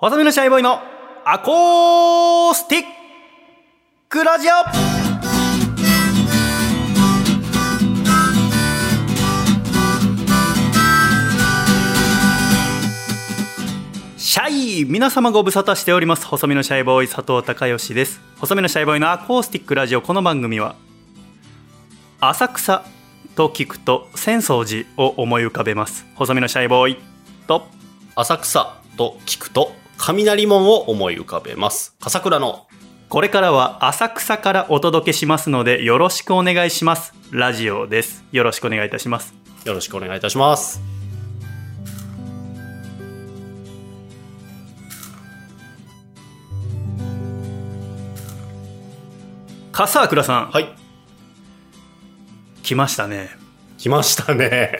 わさびのシャイボーイのアコースティックラジオシャイ皆様ご無沙汰しております細身のシャイボーイ佐藤孝義です細身のシャイボーイのアコースティックラジオこの番組は浅草と聞くと浅草寺を思い浮かべます細身のシャイボーイと浅草と聞くと雷門を思い浮かべます笠倉のこれからは浅草からお届けしますのでよろしくお願いしますラジオですよろしくお願いいたしますよろしくお願いいたします笠倉さん、はい来ましたね来ましたね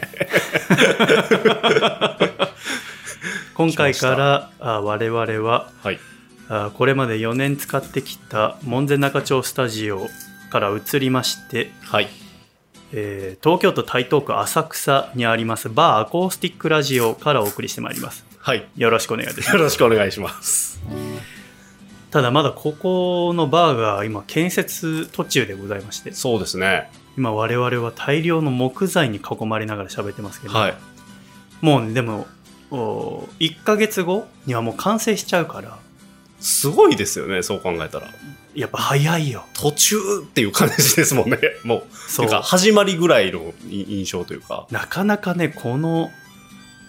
今回からあ我々ははいあこれまで4年使ってきた門前仲町スタジオから移りまして、はいえー東京都台東区浅草にありますバーアコースティックラジオからお送りしてまいりますはいよよろしくお願いいたしますろしくお願いしますただまだここのバーが今建設途中でございましてそうですね今我々は大量の木材に囲まれながら喋ってますけど、はいもうねでもお1ヶ月後にはもう完成しちゃうからすごいですよねそう考えたらやっぱ早いよ途中っていう感じです もんねもうそうてか始まりぐらいのい印象というかなかなかねこの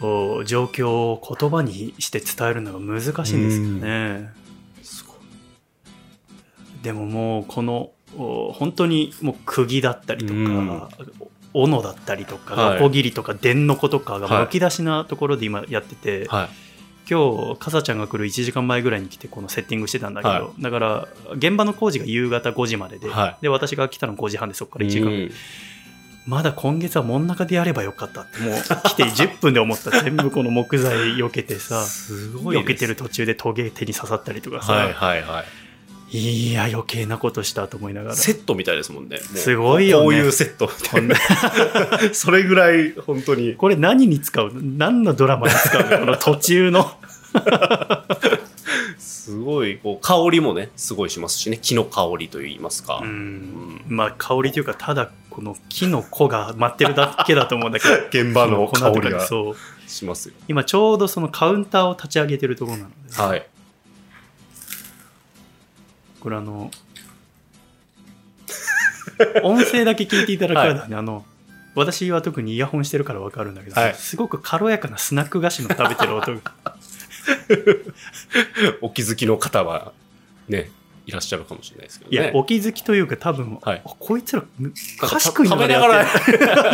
お状況を言葉にして伝えるのが難しいんですよねすごいでももうこのお本当にもう釘だったりとうんか斧だったりとかはいアコギリとか電の子とかはがいむき出しなところで今やってて、はい今日かさちゃんが来る1時間前ぐらいに来てこのセッティングしてたんだけど、はだから現場の工事が夕方5時までで,、はいで私が来たの5時半でそこから1時間、うんまだ今月は真ん中でやればよかったってもう来て10分で思 った全部この木材避けてさすごい避でけすてる途中でトゲ手に刺さったりとかさ、はいはいはいい、や余計なことしたと思いながらセットみたいですもんねもうすごいよねこういうセットみたいな それぐらい本当にこれ何に使うの何のドラマに使う のこの途中のすごいこう香りもねすごいしますしね木の香りといいますか、うんまあ香りというかただこの木の子が待ってるだけだと思うんだけど 現場のこの香後りからがそうしますよ今ちょうどそのカウンターを立ち上げてるところなので、はいこれあ の音声だけ聞いていただくからね、あの私は特にイヤホンしてるから分かるんだけど、はいすごく軽やかなスナック菓子の食べてる音 がお気づきの方はねいらっしゃるかもしれないですけどいや、ねお気づきというか多分、はいあ こいつらむなん菓子か食いな食がべらながやら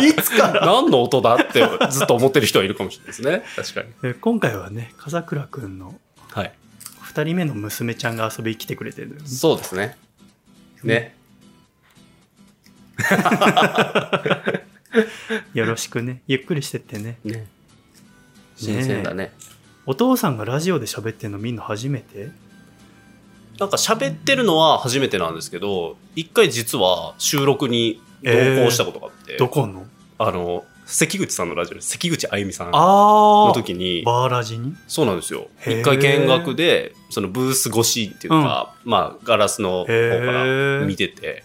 っ てるいつから何の音だってずっと思ってる人はいるかもしれないですね確かにで今回はね笠倉くんのはい2人目の娘ちゃんが遊びに来てくれてるのよねそうですねね、よろしくねゆっくりしてってねね新鮮だねお父さんがラジオで喋ってるのみんな初めてなんか喋ってるのは初めてなんですけど一回実は収録に同行したことがあって、どこのあの関口さんのラジオです関口あゆみさんのああ時にバーラジにそうなんですよへー一回見学でそのブース越しっていうか、まあガラスの方から見てて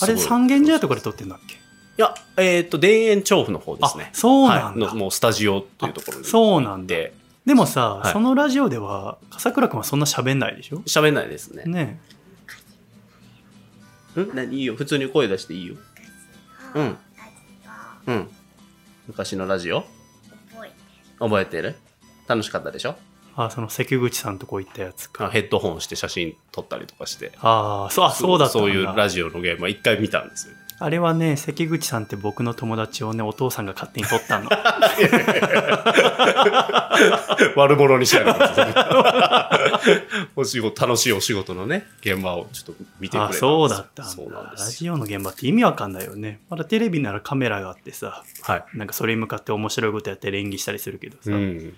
あれすごい三軒茶屋とかで撮ってんだっけいやえっ、と田園調布の方ですねあそうなんだ、はい、のもうスタジオというところにそうなんだででもさ、はいそのラジオでは笠倉君はそんな喋んないでしょ喋んないですねねん何いいよ普通に声出していいようんうん昔のラジオ覚えてる楽しかったでしょあその関口さんとこ行ったやつかヘッドホンして写真撮ったりとかしてああそうあそうだったんだそういうラジオのゲームは一回見たんですよあれはね関口さんって僕の友達をねお父さんが勝手に撮 ったの 悪者にしないでください お仕事楽しいお仕事のね現場をちょっと見てくれたんあですよそうだったそんうなんだでラすよジオの現場って意味わかんないよねまだテレビならカメラがあってさはい、なんかそれに向かって面白いことやって演技したりするけどさ、うん、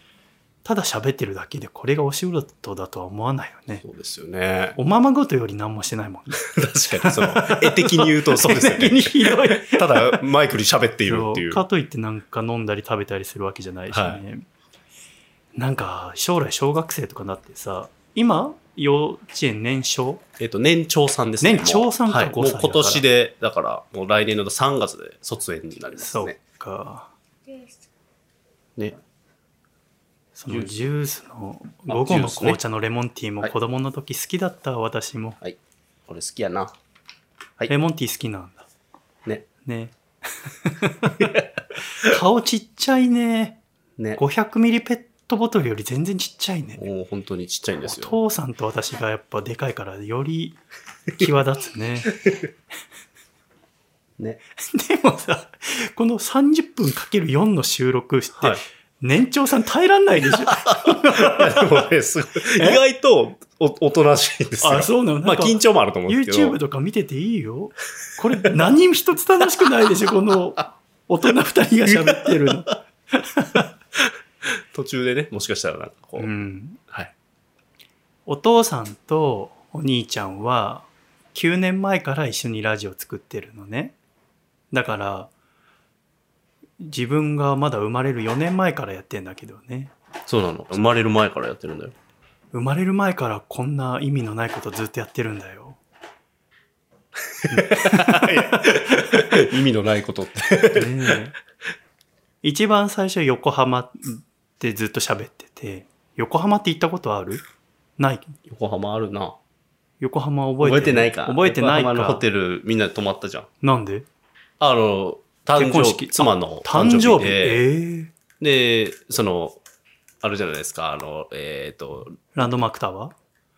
ただ喋ってるだけでこれがお仕事だとは思わないよねそうですよねおままごとより何もしてないもんね確かにその絵的に言う とそうですよ 的にねひどいただマイクに喋っているっていうかといってなんか飲んだり食べたりするわけじゃないしね、はなんか将来小学生とかになってさ今幼稚園年少えっと、年長さんですね。年長さんかもうはい5歳だからもう今年で、だから、もう来年の3月で卒園になりますそうね。かね。そのジュースのあ午後のジュースね紅茶のレモンティーもはい子供の時好きだった、私もはい。これ好きやな。はいレモンティー好きなんだね。ね 顔ちっちゃいねね。 500ミリペットボトルより全然ちっちゃいねもう本当にちっちゃいんでおすよ。父さんと私がやっぱでかいからより際立つねね。 でもさこの30分 ×4 の収録して、はい年長さん耐えらんないでし ょいやでもね、すごい。意外とお、おとなしいんですよ。あそうなのまなんあ、か緊張もあると思うんですけど。 YouTube とか見てていいよこれ何一つ楽しくないでしょこの大人2人が喋ってるの、途中でね、もしかしたらなんかこう、 うん、はい。お父さんとお兄ちゃんは9年前から一緒にラジオ作ってるのねだから自分がまだ生まれる4年前からやってんだけどねそうなの。生まれる前からやってるん だよ。生まれる前からこんな意味のないことずっとやってるんだよ意味のないことって。ねえ一番最初横浜でずっと喋ってて横浜って行ったことあるない 横浜あるな。横浜覚え覚てえてないか。覚えてないか横浜のホテルみんなで泊まったじゃん。なんであの、誕結婚生式日、妻の誕生日で、ええで、その、あるじゃないですか、あの、えっ、と、ランドマークタワー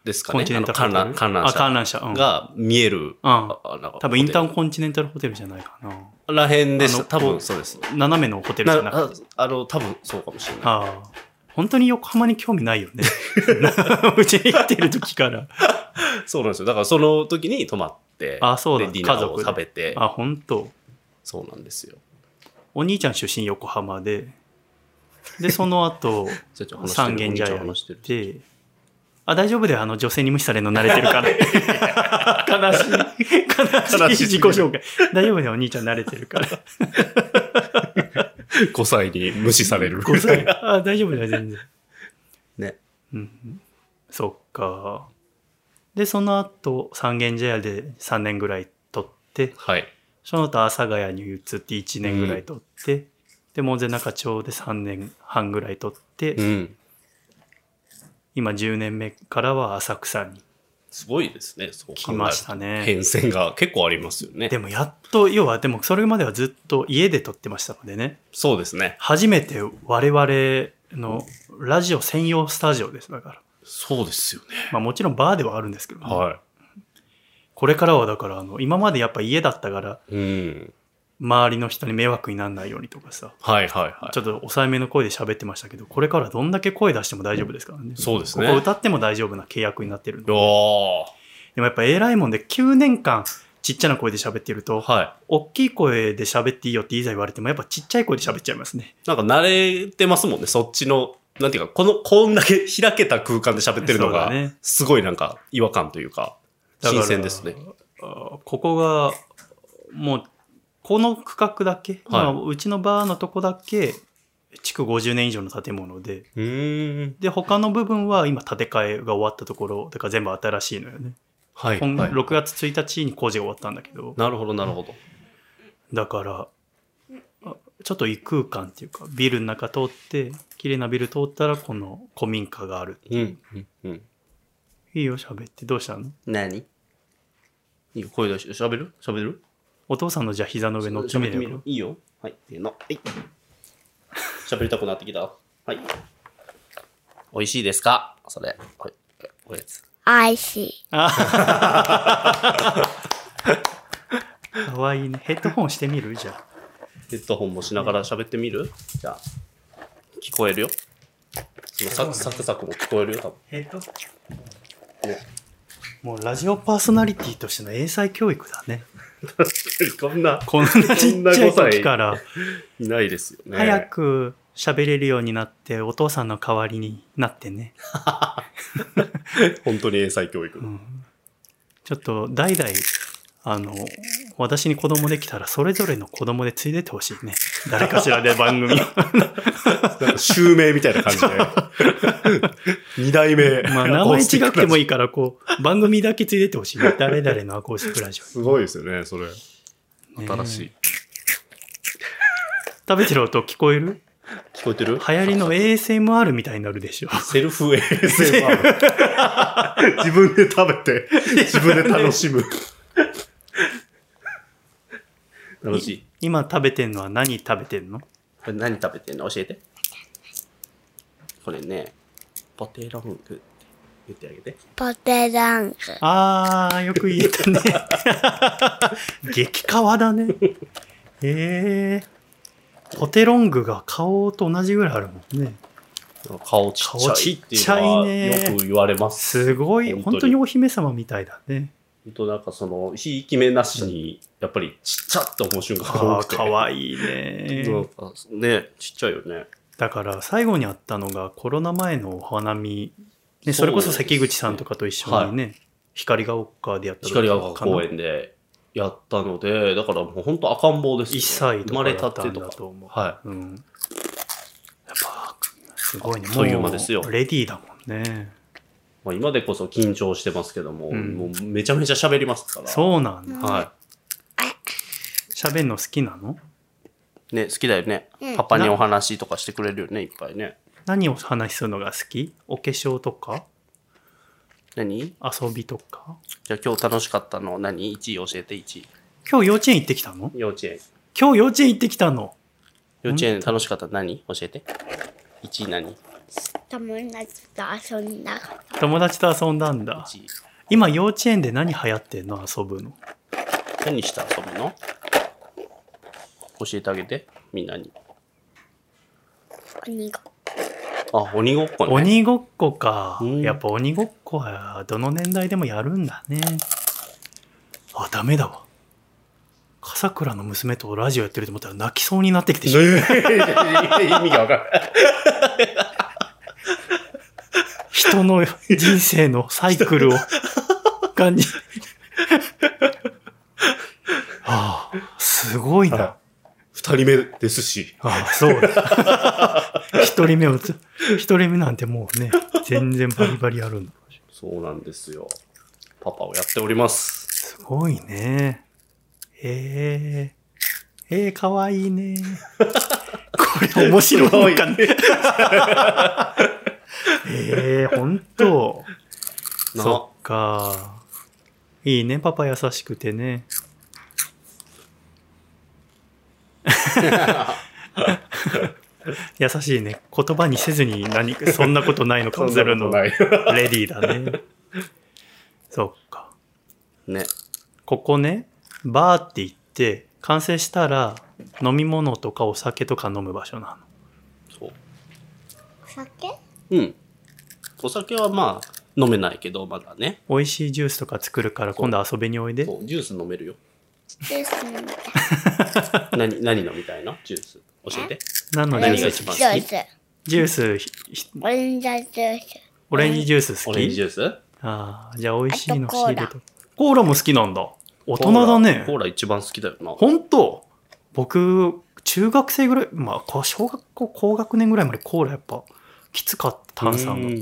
ですかコンね、チネあンのタル観覧、観覧あ観車覧車、うん、が見える、うんあなんか多分インターホンコンチネンタルホテルじゃないかなテルらへんでしあた。の多分そうです。斜めのホテルなじゃなくてああの、多分そうかもしれない。ああ本当に横浜に興味ないよ ね うちに来てる時からそうなんですよ。だからその時に泊まって、あそうなんでだディナ家ー族をで食べて、あ本当そうなんですよ。お兄ちゃん出身横浜ででその後ちょちょ話してる三軒茶屋お兄ちゃん行話してるってあ大丈夫だよあの女性に無視されるの慣れてるから 悲しい悲悲ししい自い己紹介大丈夫だよお兄ちゃん慣れてるから5歳に無視される。 5 歳あ大丈夫だよ全然 ね。うんそっかでその後三軒茶屋で3年ぐらい撮ってはい。その後阿佐ヶ谷に移って1年ぐらい撮って、で門前仲町で3年半ぐらい撮って、うん。今10年目からは浅草にすごいですね、そう考えると来ましたね変遷が結構ありますよね。でもやっと要はでもそれまではずっと家で撮ってましたのでねそうですね。初めて我々のラジオ専用スタジオですだから、そうですよね。まあ、もちろんバーではあるんですけどね、はこれからはだからあの今までやっぱ家だったからい。うん。周りの人に迷惑にならないようにとかさはいはいはい。ちょっと抑えめの声で喋ってましたけどこれからどんだけ声出しても大丈夫ですからねそうですこね。こ歌っても大丈夫な契約になってるのでおもやっぱ偉いもんで9年間ちっちゃな声で喋ってると、ーは大きい声で喋っていいよっていざ言われてもやっぱちっちゃい声で喋っちゃいますね。い。なんか慣れてますもんね、そっちの。なんていうか、この、こんだけ 開けた空間で喋ってるのそうだがね、すごいなんか違和感というか、だから新鮮ですね。あーここがもうこの区画だけ、まあうちのバーのとこだけ築50年以上の建物でうーん。で他の部分は今建て替えが終わったところだから全部新しいのよね。はい。今はい6月1日に工事が終わったんだけどなるほど、なるほど。だからあちょっと異空間っていうかビルの中通って綺麗なビル通ったらこの古民家があるうん。うん。うん。いいよ喋ってどうしたの何いいよ、声出して、喋る喋るお父さんのじゃあ膝の上乗ってみ喋ってれみばるいいよ。はい。せーの。はい。喋りたくなってきた。はい。美味しいですかそれ。はい。おやつ。 I see. かわいいねヘッドホンしてみるじゃあヘッドホンもしながら喋ってみるじゃあ。聞こえるよ。そのサクサクサクも聞こえるよ、多分。ヘッドもうラジオパーソナリティとしての英才教育だね こんな、こんなちっちんなゃい5歳時からいないですよね。早く喋れるようになってお父さんの代わりになってね本当に英才教育。ちょっと代々あの私に子供できたら、それぞれの子供でついでってほしいね。誰 かしらで番組を。なんか、襲名みたいな感じで。二代目。まあ、名前違くてもいいから、こう、番組だけついでってほしいね。誰々のアコースティックラジすごいですよね、それ。オ。新しいね。食べてる音聞こえる聞こえてる流行りの ASMR みたいになるで しょ。セルフ ASMR 自分で食べて、自分で楽しむ。楽しい。今食べてんのは何食べてんのこれ何食べてんの教えて。これね、ポテロングって言ってあげて。ポテランク。あー、よく言えたね。 激皮だね。えー。ポテロングが顔と同じぐらいあるもんね。顔ちっちゃいっていう顔ちっのちゃいはねよく言われます。すごい、本当に本当にお姫様みたいだね。本当なんかその、ひいき目なしに、やっぱりちっちゃって思う瞬間があ多あ、くて。かわいいね。なんかね、ちっちゃいよね。だから最後にあったのがコロナ前のお花見、ね、そそうれこですそね関口さんとかと一緒にね、光が丘でやった時光が丘公か園でやったので、だからもう本当赤ん坊です、 1歳と生かまだれったたてんとだか。と思う。はうん、やっぱすごいね。あっという間ですよもうレディーだもんね。い。まあ、今でこそ緊張してますけども、うんもうめちゃめちゃ喋りますから。そうなんだ。は喋るの好きなのい。ね、好きだよねうん。パパにお話とかしてくれるよね、いっぱいね。何を話すのが好きお化粧とか何遊びとかじゃあ今日楽しかったの何 ?1 位教えて、1位。今日幼稚園行ってきたの幼稚園。今日幼稚園行ってきたの幼稚園楽しかったの何教えて。1位何 ?1 友達と遊んだこ友達と遊んだんだ。位。今幼稚園で何流行ってんの遊ぶの。何して遊ぶの教えてあげて、みんなに。とにかあ、鬼ごっこね。 鬼ごっこか、うんやっぱ鬼ごっこはどの年代でもやるんだねあダメだわ笠倉の娘とラジオやってると思ったら泣きそうになってきてしまう意味がわからない。人の人生のサイク ルを感じああすごいな二人目ですし。ああ そうだ一人目をつ一人目なんてもうね全然バリバリやるんだそうなんですよ。パパをやっております。すごいね。ええええかわいいね。これ面白いのかね。ええ本当。なそっか。いいね、パパ優しくてね。優しいね。言葉にせずに何か、そんなことないのかもするの。なレい。ディーだね。そっか。ね。ここね、バーって言って、完成したら飲み物とかお酒とか飲む場所なそう。酒うん。お酒はまあ、飲めないけど、まだね。の。美味しいジュースとか作るから今度遊びにおいで。そう、ジュース飲めるよ。 ですみたい。何、何飲みたいのジュース。教えて。なので、何何がが一番好きジュース。ジュースひ、ひオレンジャージュース。オレンジジュース好オレンきジジュースああ、じゃあ美味しいのあと仕コー入ラれと。コーラも好きなんだ。大人だコーラコーね。ラ一番好きだよな。ほんと僕、中学生ぐらい、まあこう、小学校高学年ぐらいまでコーラやっぱきつかった、炭酸が。が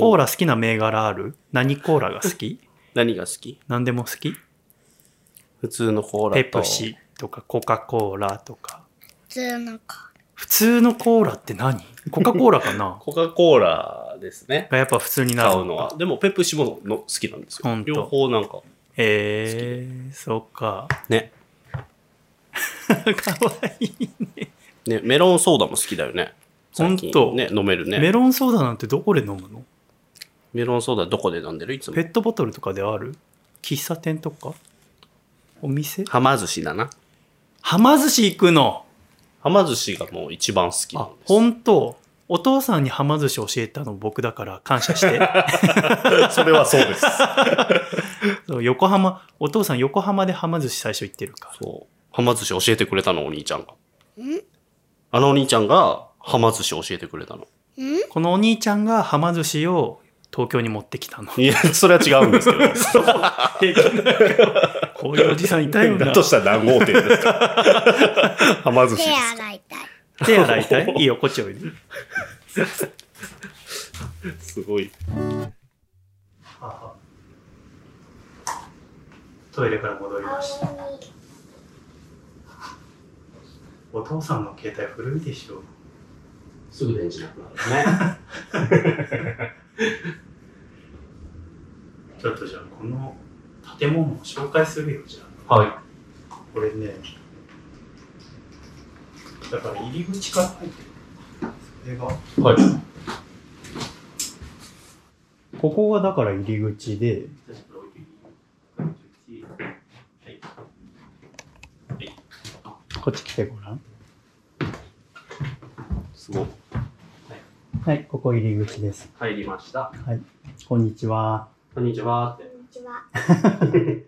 コーラ。ラ好きな銘柄ある何コーラが好き何が好き何でも好き普通のコーラペと。プ。シとかコカ・コーラとか普通の子。普通のコーラって何コカ・コーラかな コカ・コーラですね。がやっぱ普通にな買るうのは。でも、ペプシもの好きなんですほよん。と両方なんか。えー、そっ かね。かわいい、ね、メロンソーダも好きだよね。最近ほんとね、飲めるね。メロンソーダなんてどこで飲むのメロンソーダどこで飲んでるいつもペ。ットボトルとかである喫茶店とかお店はま寿司だな。はま寿司行くのはま寿司がもう一番好きなあんです。本当お父さんにはま寿司教えたの僕だから感謝して それはそうです。そう横浜お父さん横浜ではま寿司最初行ってるからそう。はま寿司教えてくれたの、お兄ちゃんが。あのお兄ちゃんが、はま寿司教えてくれたの。このお兄ちゃんがはま寿司を東京に持ってきたのいや、それは違うんですけど。平気な顔こういうおじさんいたよだなと。したら何号店ですかはま寿司手です洗いたい。手洗いた いいいよ、こっちおいで。すごい。トイレから戻りました。青にお父さんの携帯古いでしょ。すぐ電池なくなるね。ちょっとじゃあ、この建物を紹介するよ、じゃあ。はこれね、だから入り口から入ってる。これが。い。はい。ここがだから入り口で、こっち来てごらん。すごい。はい、ここ入り口です。入りました。こんにちは。こんにちはって。こんにちは。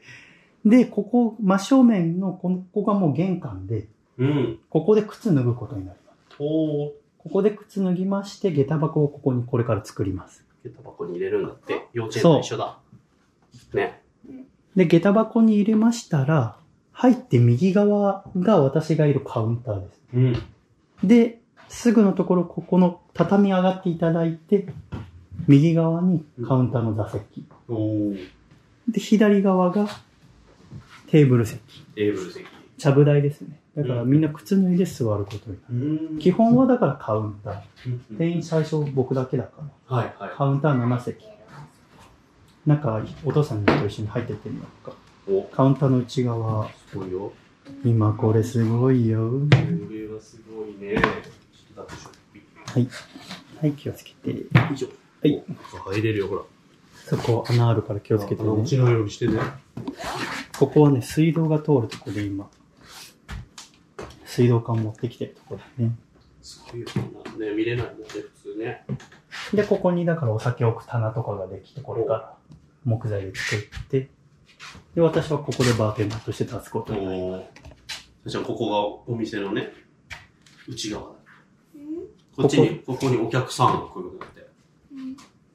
で、ここ、真正面のこのここがもう玄関で、うん。ここで靴脱ぐことになります。おー。ここで靴脱ぎまして、下駄箱をここにこれから作ります。下駄箱に入れるんだって。幼稚園と一緒だ。ね。で、下駄箱に入れましたら、入って右側が私がいるカウンターです。うん。で、すぐのところ、ここの畳上がっていただいて、右側にカウンターの座席。おー。で、左側がテーブル席。テーブル席。ちゃぶ台ですね。だからうんみんな靴脱いで座ることになうる。ん基本はだからカウンター。うん店員最初僕だけだかはいら。はカウンター7席。中、お父さんと一緒に入ってってみようか。い。お、カウンターの内側。すごいよ。今これすごいよ。これはすごいね。ちょっとだってはい。はい、気をつけて。以上。はいお。入れるよ、ほら。そこ穴あるから気をつけてね。落ちないようにしてね。ここはね、水道が通るとこで今、水道管持ってきてるとこだね。すごいよ、こんな。ね、見れないもんね、普通ね。で、ここにだからお酒置く棚とかができて、これから木材で作って、で、私はここでバーテンダーとして立つことになりおー。そしたらここがお店のね、内側だ。ここっちに、ここにお客さんが来るんだって。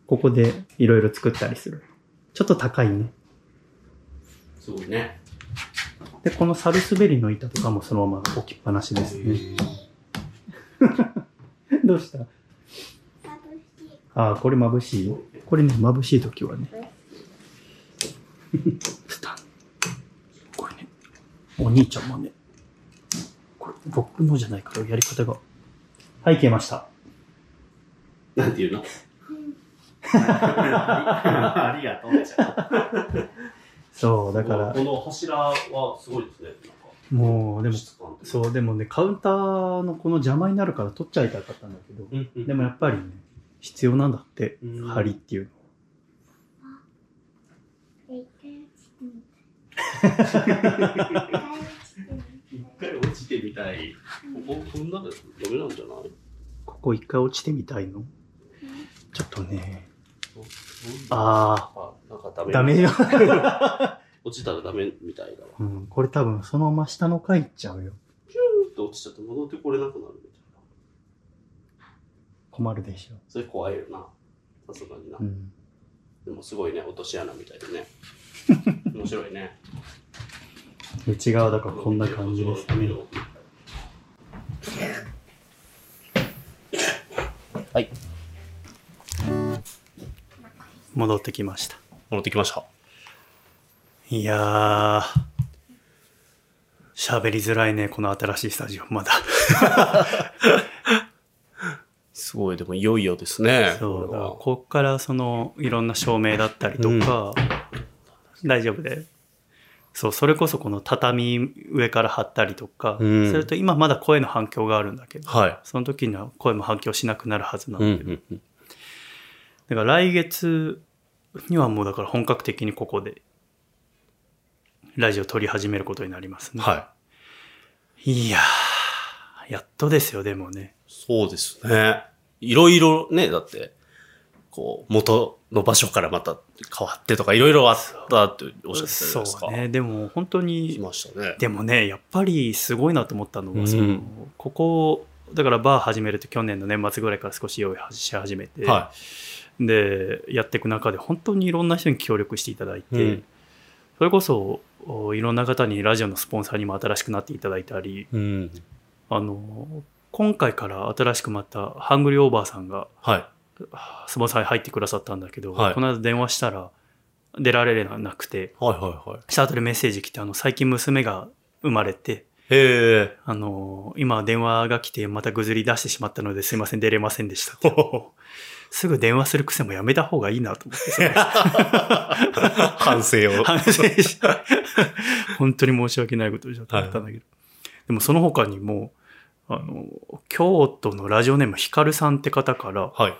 ここでいろいろ作ったりする。ちょっと高いね。すごいね。で、このサルスベリの板とかもそのまま置きっぱなしですね。どうしたああ、これ眩しい。これね、眩しい時はね。スタン。これね、お兄ちゃんもね、これ僕のじゃないからやり方が。はい、消えました。なんていうの ありがとうでしょ。そう、だからこ、の柱はすごいですね。もう、でなもんか、、質感う。そう、でもね、カウンターのこの邪魔になるから取っちゃいたかったんだけど、うんうん、でもやっぱりね、必要なんだってう、ん針っていうの。一回落ちてみたい。ここ、こんなのダメなんじゃないここ一回落ちてみたいのちょっとね、あああ、なんかダー、メ。ダメよ。落ちたらダメみたいだわ。うん、これ多分そのまま下の階行っちゃうよ。ちょっと落ちちゃって戻ってこれなくなるみたいな。困るでしょ。それ怖いよな。さすがになう。ん。でもすごいね、落とし穴みたいでね。 面白いね。内側だからこんな感じです。見ろはい。戻ってきました。戻ってきました。いやー、喋りづらいね、この新しいスタジオ、まだ。すごい、でもいよいよですね。そう、だかこれらはここっからその、いろんな照明だったりとか、大丈夫だよ。そう、それこそこの畳上から貼ったりとか、うんそれと今まだ声の反響があるんだけど、はい。その時には声も反響しなくなるはずなのうんで、うんうん。だから来月にはもうだから本格的にここで、ラジオ撮り始めることになりますね。はい。いやー、やっとですよ、でもね。そうですね。いろいろね、だって、こう、元の場所からまた変わってとか、いろいろあったっておっしゃってたじゃないですか。そうね、でも本当来に、ましたね。でもね、やっぱりすごいなと思ったのは、うんそのここ、だからバー始めると去年の年末ぐらいから少し用意し始めて、はで、やっていく中で本当にいろんな人に協力していただいて、うんそれこそおいろんな方にラジオのスポンサーにも新しくなっていただいたり、うん。あの今回から新しくまたハングリーオーバーさんがはスポンサーに入ってくださったんだけど、はいこの間電話したら出られなくてい。はいはいはい。した後でメッセージ来てあの最近娘が生まれてへ え。あの今電話が来てまたぐずり出してしまったのですいません出れませんでしたって すぐ電話する癖もやめた方がいいなと思ってさ反省を。反省して 本当に申し訳ないことをしちゃったんだけど、でもその他にもあの京都のラジオネームひかるさんって方からはい。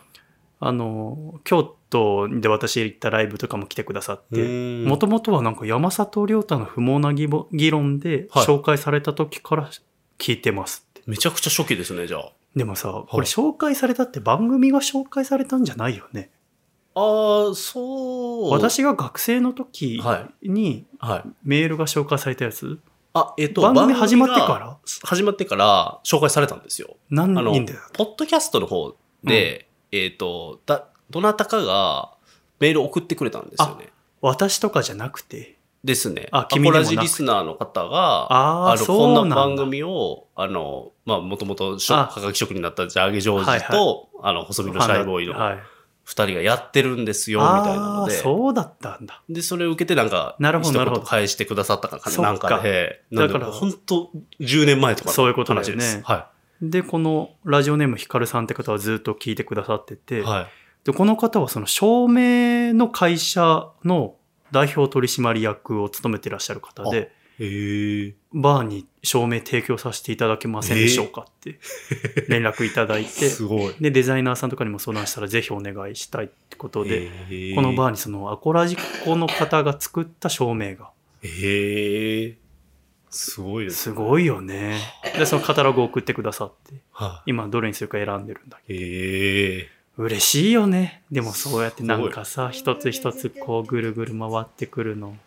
あの京都で私行ったライブとかも来てくださってももともとはなんか山里亮太の不毛な議論議論ではい紹介された時から聞いてますって。めちゃくちゃ初期ですね、じゃあ。でもさ、こはれい紹介されたって番組が紹介されたんじゃないよね。ああ、そう。私が学生の時はにはい。メールが紹介されたやつ、あ、えっと、番組が始まってから始まってから紹介されたんですよ。何あの人だよ。、ポッドキャストの方で、えっと、だ、どなたかがメール送ってくれたんですよね。私とかじゃなくて。ですね。あア君にもコなラくジリスナーの方が、ああ、の、そうこなんんだ。な番組を、あの、まあ、もともと、はあがき職人だったジャーゲジョージと、はいはあの、細身のシャイボーイのはい、二人がやってるんですよ、みたいなあのあ、で。そうだったんだ。で、それを受けてなんか、なるほど一言なるほど返してくださったそかっかな、なんかで。なんでだから本当10年前とかの話です。そういうことだよねはで、このラジオネームひかるさんって方はずっと聞いてくださってて、い。はで、この方はその照明の会社の代表取締役を務めてらっしゃる方で、へえ。バーに照明提供させていただけませんでしょうか って連絡いただいて、すごい。で、デザイナーさんとかにも相談したらぜひお願いしたいってことで、でこのバ場ーにそのアコラジッコの方が作った照明が、へえ。すごいです。すごいよね。で、そのカタログを送ってくださって、は今どれにするか選んでるんだけど。い。へえ。嬉しいよね。でもそうやってなんかさ、一つ一つこうぐるぐる回ってくる の。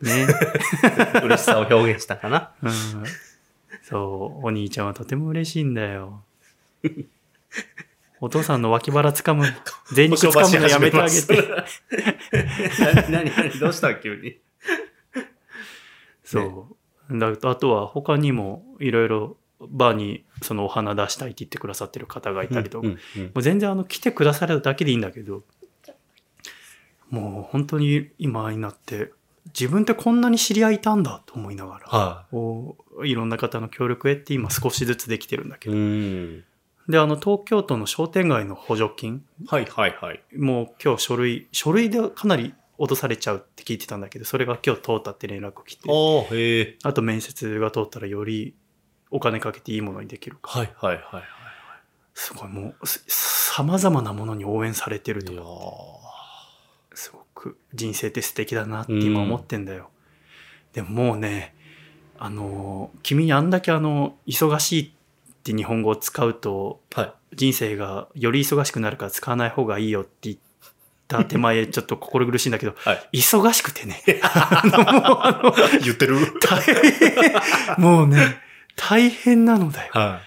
ね。い。嬉しさを表現したかな。うん。そう、お兄ちゃんはとても嬉しいんだ よ。お父さんの脇腹掴む、全肉掴むのやめ てあげて。何、何、何、どうした急に。そう。だとあとは他にもいろいろバーにそのお花出したいって言ってくださってる方がいたりとか、うんうんうんもう全然あの来てくださるだけでいいんだけどもう本当に今になって自分ってこんなに知り合いいたんだと思いながら、はこういろんな方の協力を得て今少しずつできてるんだけい。ど、ん。であの東京都の商店街の補助金はいはいはい。もう今日書類書類でかなり落とされちゃうって聞いてたんだけどそれが今日通ったって連絡来てああ、へえ。あと面接が通ったらよりお金かけていいものにできるかはいはいはい。すごいもうさまざまなものに応援されてるといや思うーすごく人生って素敵だなって今思ってんだよ、でももうねあのー君にあんだけあの忙しいって日本語を使うとはい。人生がより忙しくなるから使わない方がいいよって言った手前ちょっと心苦しいんだけど、 はい忙しくて ねあのもうあの言ってる大変もうね大変なのだよは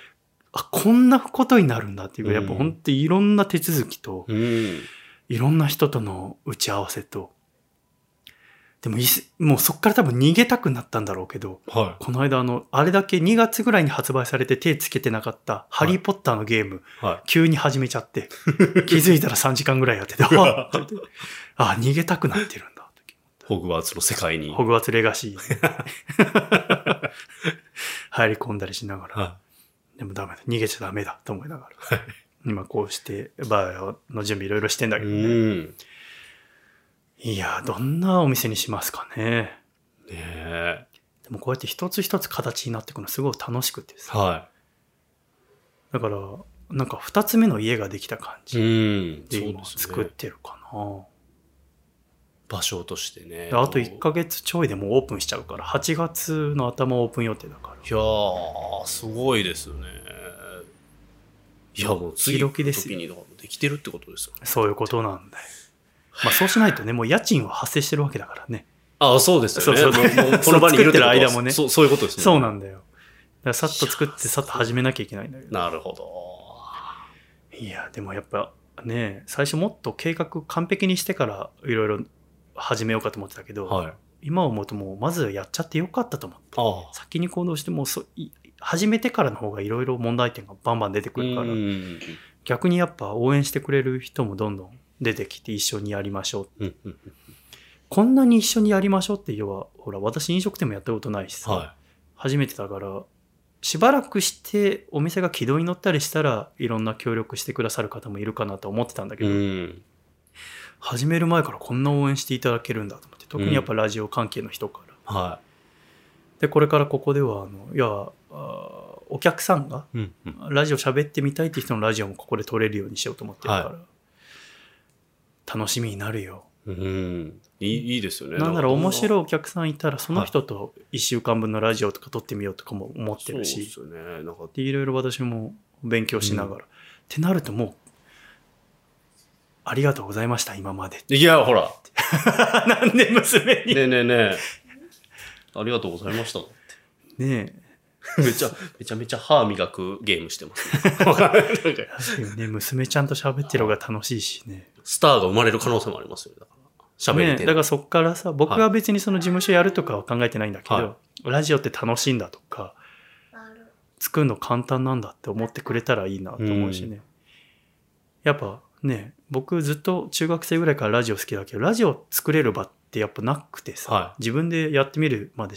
あこんなことになるんだっていうかやっぱうん本当にいろんな手続きと、い。うん。いろんな人との打ち合わせとでもいすもうそっから多分逃げたくなったんだろうけどはこの間あのあれだけ2月ぐらいに発売されて手つけてなかった「ハリー・ポッター」のゲーム、い。は急に始めちゃって 気づいたら3時間ぐらいやっててあって言ってあ逃げたくなってるんだっい。てホグワーツの世界に。ホグワーツレガシーに 入り込んだりしながらはでもダメだ。逃げちゃダメだと思いながら。今こうしてバーの準備いろいろしてんだい。けうどね。ん。ねいやー、どんなお店にしますかね。え。でもこうやって一つ一つ形になっていくのすごい楽しくてさ。はだから、なんか二つ目の家ができた感い。じうん。でそう今です作っね。てるかな。場所としてね。であと1ヶ月ちょいでもうオープンしちゃうから、8月の頭オープン予定だから。いやー、すごいですね。いや、もう次の時々です時よにだからできてるってことですよね。そういうことなんだよ。まあそうしないとね、もう家賃は発生してるわけだからね。ああ、 そうですよね。そうそうもうもうこの場にいるってことは作ってる間もねそうそういうことですね。そうなんだよ。だからさっと作ってさっと始めなきゃいけないんだけど。なるほど。いやでもやっぱね最初もっと計画完璧にしてからいろいろ始めようかと思ってたけど、は今思うともうまずやっちゃってよかったと思うあ先に行動してもうそい始めてからの方がいろいろ問題点がバンバン出てくるからうん逆にやっぱ応援してくれる人もどんどん出てきて一緒にやりましょううんうんこんなに一緒にやりましょうって要はほら私飲食店もやったことないしさ、は初めてだからしばらくしてお店が軌道に乗ったりしたらいろんな協力してくださる方もいるかなと思ってたんだけい。ど、ん。始める前からこんな応援していただけるんだと思って特にやっぱラジオ関係の人から、はでこれからここではあのいやあーお客さんがい。うんうん。ラジオ喋ってみたいって人のラジオもここで撮れるようにしようと思ってるから、は楽しみになるようん。いいいいですよね。なんなら面白いいお客さんいたらその人と1週間分のラジオとか撮ってみようとかも思ってるし、そうですよね。なんかでいろいろ私も勉強しながら、ってなるともうありがとうございました今まで いや、ほら。なんで娘 にねえねえねえ。ありがとうございました。ね めちゃ、めちゃめちゃ歯磨くゲームしてます。 え確かにね娘ちゃんと喋ってる方が楽しいしねスターが生まれる可能性もありますよ。だから。喋ねりてだるからそっからさ僕は別にその事務所やるとかは考えてないんだけど、はラジオって楽しいんだとか作るの簡単なんだって思ってくれたらいいなと思うしね、やっぱね僕ずっと中学生ぐらいからラジオ好きだけどラジオ作れる場ってやっぱなくてさ、は自分でやってみるまで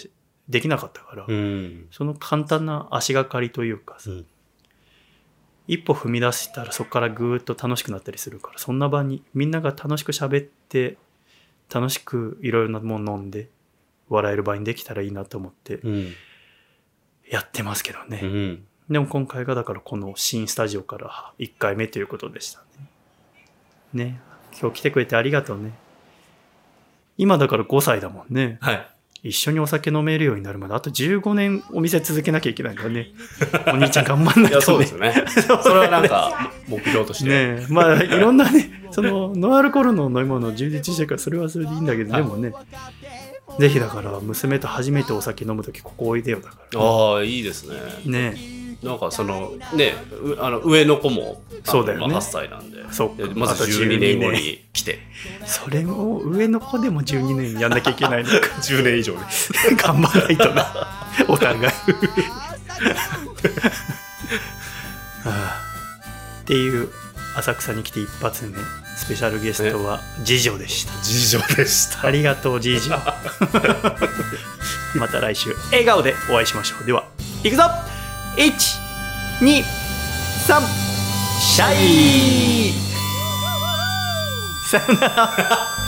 できなかったから、い。うん。その簡単な足がかりというかさ、うん一歩踏み出したらそこからぐーっと楽しくなったりするからそんな場にみんなが楽しく喋って楽しくいろいろなもの飲んで笑える場にできたらいいなと思ってうん。やってますけどね、うん。でも今回がだからこの新スタジオから1回目ということでしたね。ね。今日来てくれてありがとうね。今だから5歳だもんね。はい。一緒にお酒飲めるようになるまであと15年お店続けなきゃいけないんだ ね。お兄ちゃん頑張んないいや、そとうでねす。よね。 それはなんか、目標として。ねえまあいろんなねそのノンアルコールの飲み物を充実してるからそれはそれでいいんだけどでも ねぜひだから娘と初めてお酒飲む時ここおいでよだからああ、いいですね。ねなんかその、ね、うあの上の子も、あのそうだよねまあ8歳なんで。そっかでまずあと12年後12に来て。えそれを上の子でも12年やんなきゃいけないのか 10年以上ね。 頑張らないとなお互い ああっていう浅草に来て一発目スペシャルゲストは次女でした事情でした。ありがとうじいじ また来週笑顔でお会いしましょうでは行くぞ123シャイさよなら